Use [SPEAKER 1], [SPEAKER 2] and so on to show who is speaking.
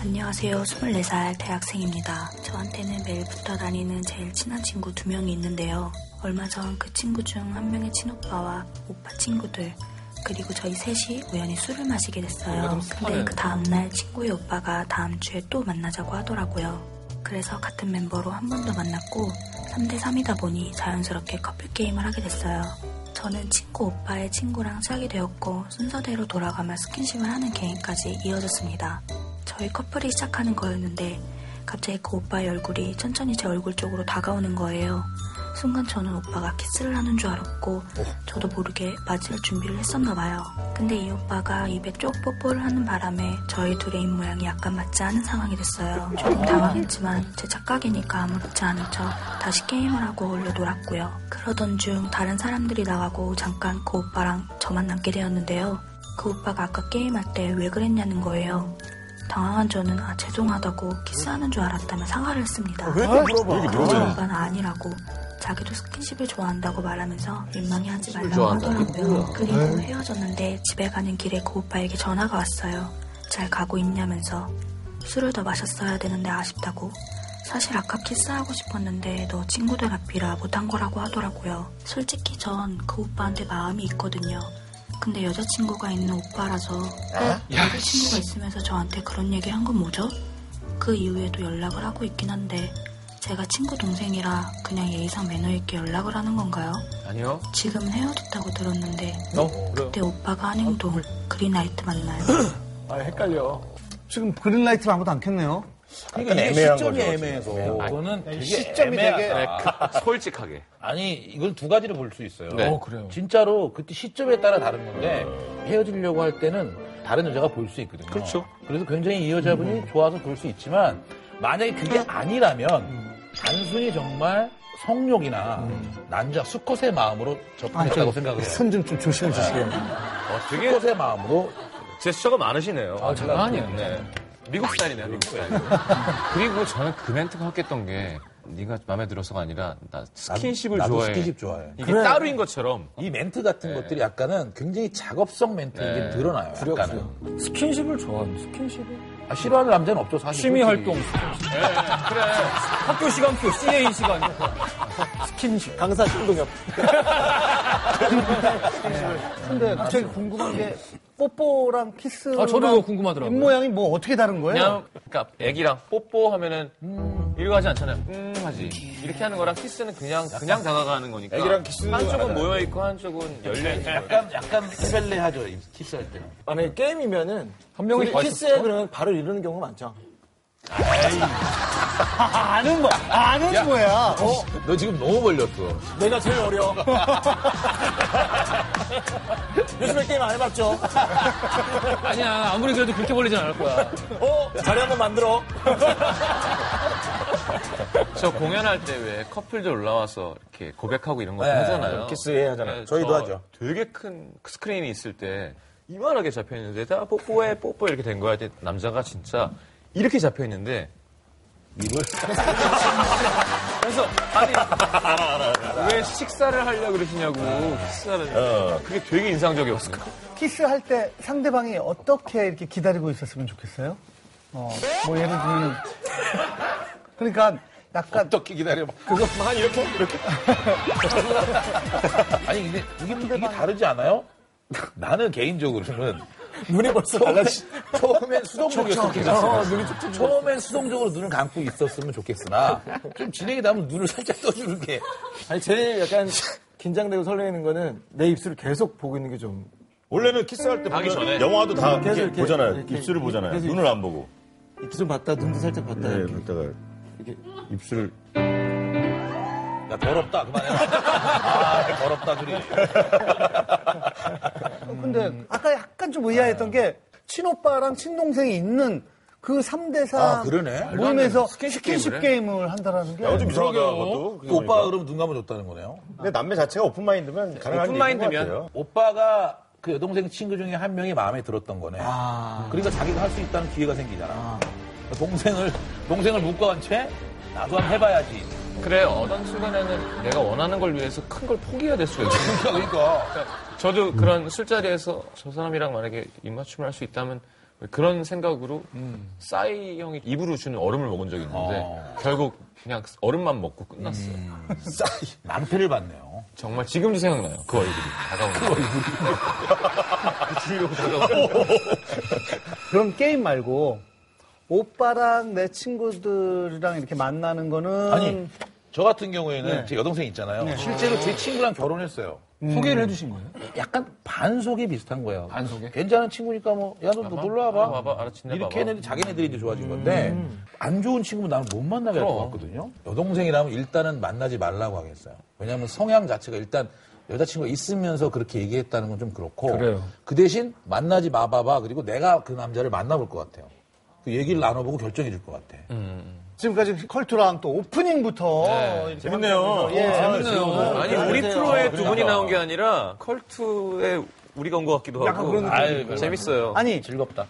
[SPEAKER 1] 안녕하세요. 24살 대학생입니다. 저한테는 매일 붙어 다니는 제일 친한 친구 두 명이 있는데요. 얼마 전 그 친구 중 한 명의 친오빠와 오빠 친구들, 그리고 저희 셋이 우연히 술을 마시게
[SPEAKER 2] 뭔가
[SPEAKER 1] 됐어요.
[SPEAKER 2] 좀 습하네.
[SPEAKER 1] 근데 그 다음날 친구의 오빠가 다음 주에 또 만나자고 하더라고요. 그래서 같은 멤버로 한 번 더 만났고, 3대3이다 보니 자연스럽게 커플 게임을 하게 됐어요. 저는 친구 오빠의 친구랑 시작이 되었고, 순서대로 돌아가며 스킨십을 하는 계획까지 이어졌습니다. 저희 커플이 시작하는 거였는데 갑자기 그 오빠의 얼굴이 천천히 제 얼굴 쪽으로 다가오는 거예요. 순간 저는 오빠가 키스를 하는 줄 알았고 저도 모르게 맞을 준비를 했었나 봐요. 근데 이 오빠가 입에 쪽 뽀뽀를 하는 바람에 저희 둘의 입 모양이 약간 맞지 않은 상황이 됐어요. 조금 당황했지만 제 착각이니까 아무렇지 않은 척 다시 게임을 하고 원래 놀았고요. 그러던 중 다른 사람들이 나가고 잠깐 그 오빠랑 저만 남게 되었는데요. 그 오빠가 아까 게임할 때 왜 그랬냐는 거예요. 당황한 저는 아 죄송하다고 키스하는 줄 알았다며 사과를 했습니다.
[SPEAKER 3] 아, 왜또 물어봐?
[SPEAKER 1] 그런 오빠는 아니라고 자기도 스킨십을 좋아한다고 말하면서 민망해하지 말라고
[SPEAKER 2] 그 좋아한다니? 네.
[SPEAKER 1] 하더라고요. 그리고 헤어졌는데 집에 가는 길에 그 오빠에게 전화가 왔어요. 잘 가고 있냐면서 술을 더 마셨어야 되는데 아쉽다고. 사실 아까 키스하고 싶었는데 너 친구들 앞이라 못한 거라고 하더라고요. 솔직히 전 그 오빠한테 마음이 있거든요. 근데 여자친구가 있는 오빠라서 어? 여자친구가 있으면서 저한테 그런 얘기 한 건 뭐죠? 그 이후에도 연락을 하고 있긴 한데 제가 친구 동생이라 그냥 예의상 매너 있게 연락을 하는 건가요?
[SPEAKER 2] 아니요.
[SPEAKER 1] 지금은 헤어졌다고 들었는데
[SPEAKER 2] 어? 그래요?
[SPEAKER 1] 그때 오빠가 한 행동 그린라이트 맞나요?
[SPEAKER 2] 아, 헷갈려.
[SPEAKER 3] 지금 그린라이트를 아무도 안 켰네요.
[SPEAKER 4] 그러니까 이게
[SPEAKER 5] 애매한
[SPEAKER 4] 시점이
[SPEAKER 5] 거죠,
[SPEAKER 4] 애매해서
[SPEAKER 5] 지금.
[SPEAKER 4] 아, 이거는 되게
[SPEAKER 5] 시점이 되게-
[SPEAKER 6] 네,
[SPEAKER 4] 애매하다. 네.
[SPEAKER 6] 그,
[SPEAKER 2] 솔직하게.
[SPEAKER 4] 아니 이건 두 가지를 볼 수 있어요.
[SPEAKER 2] 네. 어,
[SPEAKER 4] 그래요. 진짜로 그때 시점에 따라 다른 건데 헤어지려고 할 때는 다른 여자가 볼 수 있거든요.
[SPEAKER 2] 그렇죠.
[SPEAKER 4] 그래서 굉장히 이 여자분이 좋아서 볼 수 있지만 만약에 그게 아니라면 단순히 정말 성욕이나 난자 수컷의 마음으로 접근했다고 생각을 해요.
[SPEAKER 3] 손 네. 좀 좀 조심해 주시고요.
[SPEAKER 4] 어, 수컷의 마음으로
[SPEAKER 2] 제스처가 많으시네요.
[SPEAKER 4] 아, 장난 아니에요.
[SPEAKER 2] 네. 미국 스타일이네요, 미국 스타일.
[SPEAKER 6] 그리고 저는 그 멘트가 확했던 게 네가 마음에 들어서가 아니라 나 스킨십을
[SPEAKER 4] 나도
[SPEAKER 6] 좋아해.
[SPEAKER 4] 스킨십 좋아해.
[SPEAKER 6] 이게
[SPEAKER 4] 그래.
[SPEAKER 6] 따로인 것처럼
[SPEAKER 4] 이 멘트 같은 것들이 약간은 굉장히 작업성 멘트인 게
[SPEAKER 6] 네.
[SPEAKER 4] 드러나요. 약간은.
[SPEAKER 7] 스킨십을 좋아하는 스킨십을
[SPEAKER 4] 아, 싫어하는 남자는 없죠, 사실.
[SPEAKER 7] 취미
[SPEAKER 4] 솔직히.
[SPEAKER 7] 활동 스킨십. 학교 시간표 CA 시간 스킨십.
[SPEAKER 5] 강사 신동엽.
[SPEAKER 3] 근데 갑자기 궁금한 게 뽀뽀랑 키스.
[SPEAKER 7] 아 저도 그거 궁금하더라고요.
[SPEAKER 3] 입모양이 뭐 어떻게 다른 거예요?
[SPEAKER 6] 음, 그냥 그러니까 애기랑 뽀뽀하면은 이러고 하지 않잖아요. 음 하지. 이렇게 하는 거랑 키스는 그냥 그냥 다가가는 거니까.
[SPEAKER 5] 애기랑 키스는 안
[SPEAKER 6] 한쪽은
[SPEAKER 5] 하잖아요.
[SPEAKER 6] 모여 있고 한쪽은 열려 있고.
[SPEAKER 4] 약간, 약간 해벨레 하죠, 이 키스할 때는.
[SPEAKER 5] 만약에 네, 게임이면은
[SPEAKER 7] 한 명이
[SPEAKER 5] 둘이 키스해 그러면 바로 이러는 경우가 많죠.
[SPEAKER 3] 아는 거 아는 거야.
[SPEAKER 4] 어? 너 지금 너무 벌렸어.
[SPEAKER 5] 내가 제일 어려. 요즘에 게임 안 해봤죠?
[SPEAKER 7] 아니야 아무리 그래도 그렇게 벌리진 않을 거야.
[SPEAKER 5] 어? 자리 한번 만들어.
[SPEAKER 6] 저 공연할 때 왜 커플들 올라와서 이렇게 고백하고 이런 것도
[SPEAKER 4] 네,
[SPEAKER 6] 하잖아요.
[SPEAKER 5] 키스해 하잖아요.
[SPEAKER 6] 네,
[SPEAKER 5] 저희도
[SPEAKER 6] 저
[SPEAKER 5] 하죠.
[SPEAKER 6] 되게 큰 스크린이 있을 때 이만하게 잡혀 있는데 다 뽀뽀해 뽀뽀 이렇게 된 거야. 근데 남자가 진짜 이렇게 잡혀 있는데 입을 그래서 아니 왜 식사를 하려고 그러시냐고 키스하는
[SPEAKER 5] 어.
[SPEAKER 6] 그게 되게 인상적이었어요.
[SPEAKER 3] 키스할 때 상대방이 어떻게 이렇게 기다리고 있었으면 좋겠어요? 어, 뭐 예를 들면 그러니까 약간
[SPEAKER 4] 어떻게 기다려봐.
[SPEAKER 5] 한 이렇게? 이렇게?
[SPEAKER 4] 아니, 근데 이게, 이게 다르지 않아요? 나는 개인적으로는
[SPEAKER 5] 눈이 벌써 달라지.
[SPEAKER 4] 처음엔 수동적이었으면 좋겠어. 처음엔 수동적으로 눈을 감고 있었으면 좋겠으나 좀 진행이 나면 눈을 살짝 떠주는 게
[SPEAKER 5] 아니, 제일 약간 긴장되고 설레는 거는 내 입술을 계속 보고 있는 게 좀.
[SPEAKER 8] 원래는 키스할 때 보면
[SPEAKER 6] 전에.
[SPEAKER 8] 영화도 다
[SPEAKER 5] 계속
[SPEAKER 8] 이렇게
[SPEAKER 5] 이렇게,
[SPEAKER 8] 보잖아요.
[SPEAKER 5] 이렇게,
[SPEAKER 8] 입술을 보잖아요.
[SPEAKER 5] 계속
[SPEAKER 8] 눈을 안 보고.
[SPEAKER 5] 입술 봤다, 눈도 살짝 봤다.
[SPEAKER 8] 네,
[SPEAKER 5] 이렇게.
[SPEAKER 8] 그러다가
[SPEAKER 5] 이렇게.
[SPEAKER 8] 입술
[SPEAKER 4] 야, 더럽다. 그만해. 아, 더럽다, 둘이.
[SPEAKER 3] 근데 아까 약간 좀 의아했던 게 친오빠랑 친동생이 있는 그 3대4
[SPEAKER 4] 아, 그러네.
[SPEAKER 3] 모임에서
[SPEAKER 6] 스킨십
[SPEAKER 3] 스킨십, 게임을 한다라는 게
[SPEAKER 8] 야, 좀 이상하다 그것도.
[SPEAKER 4] 그 오빠가 그럼 눈 감아줬다는 거네요.
[SPEAKER 8] 근데 남매 자체가 오픈마인드면 가능한
[SPEAKER 6] 오픈마인드면.
[SPEAKER 8] 얘기인 것 같아요.
[SPEAKER 4] 오빠가 그 여동생 친구 중에 한 명이 마음에 들었던 거네. 그러니까 자기가 할 수 있다는 기회가 생기잖아. 동생을 동생을 묶어한 채 나도 한번 해봐야지.
[SPEAKER 6] 그래 어떤 순간에는 내가 원하는 걸 위해서 큰 걸 포기해야 될 수가 있어.
[SPEAKER 4] 그러니까
[SPEAKER 6] 저도 그런 술자리에서 저 사람이랑 만약에 입맞춤을 할 수 있다면 그런 생각으로 싸이 형이 입으로 주는 얼음을 먹은 적이 있는데
[SPEAKER 4] 어.
[SPEAKER 6] 결국 그냥 아. 얼음만 먹고 끝났어요.
[SPEAKER 4] 낭패를 봤네요.
[SPEAKER 6] 정말 지금도 생각나요. 그 얼굴이 다가오는 그 얼굴이 그 주려고 다가오는
[SPEAKER 3] 그럼 게임 말고 오빠랑 내 친구들이랑 이렇게 만나는
[SPEAKER 7] 음.
[SPEAKER 3] 거는
[SPEAKER 4] 아니, 저 같은 경우에는
[SPEAKER 3] 네.
[SPEAKER 4] 제 여동생 있잖아요. 실제로 제 친구랑 결혼했어요.
[SPEAKER 7] 소개를 음. 해주신 거예요?
[SPEAKER 4] 약간 반속이 비슷한 거예요.
[SPEAKER 7] 반속이?
[SPEAKER 4] 괜찮은 친구니까 뭐, 야, 너, 너 놀러 와봐.
[SPEAKER 6] 와봐, 알아, 친해
[SPEAKER 4] 이렇게
[SPEAKER 6] 봐봐.
[SPEAKER 4] 했는데 자기네들이 이제 좋아진 건데,
[SPEAKER 7] 음.
[SPEAKER 4] 안 좋은 친구는 나는 못 만나게 할 것 같거든요. 여동생이라면 일단은 만나지 말라고 하겠어요. 왜냐하면 성향 자체가 일단 여자친구가 있으면서 그렇게 얘기했다는 건 좀 그렇고,
[SPEAKER 7] 그래요.
[SPEAKER 4] 그 대신 만나지 마봐봐. 그리고 내가 그 남자를 만나볼 것 같아요. 그 얘기를 나눠보고 결정해 줄 것 같아.
[SPEAKER 3] 지금까지 컬투랑 또 오프닝부터 이렇게
[SPEAKER 8] 네. 재밌네요.
[SPEAKER 3] 예.
[SPEAKER 6] 아니 우리 프로에 두 분이 나온 게 아니라 컬투에 우리가 온 것 같기도 하고
[SPEAKER 3] 약간 그런 느낌이
[SPEAKER 6] 재밌어요.
[SPEAKER 3] 아니
[SPEAKER 4] 즐겁다.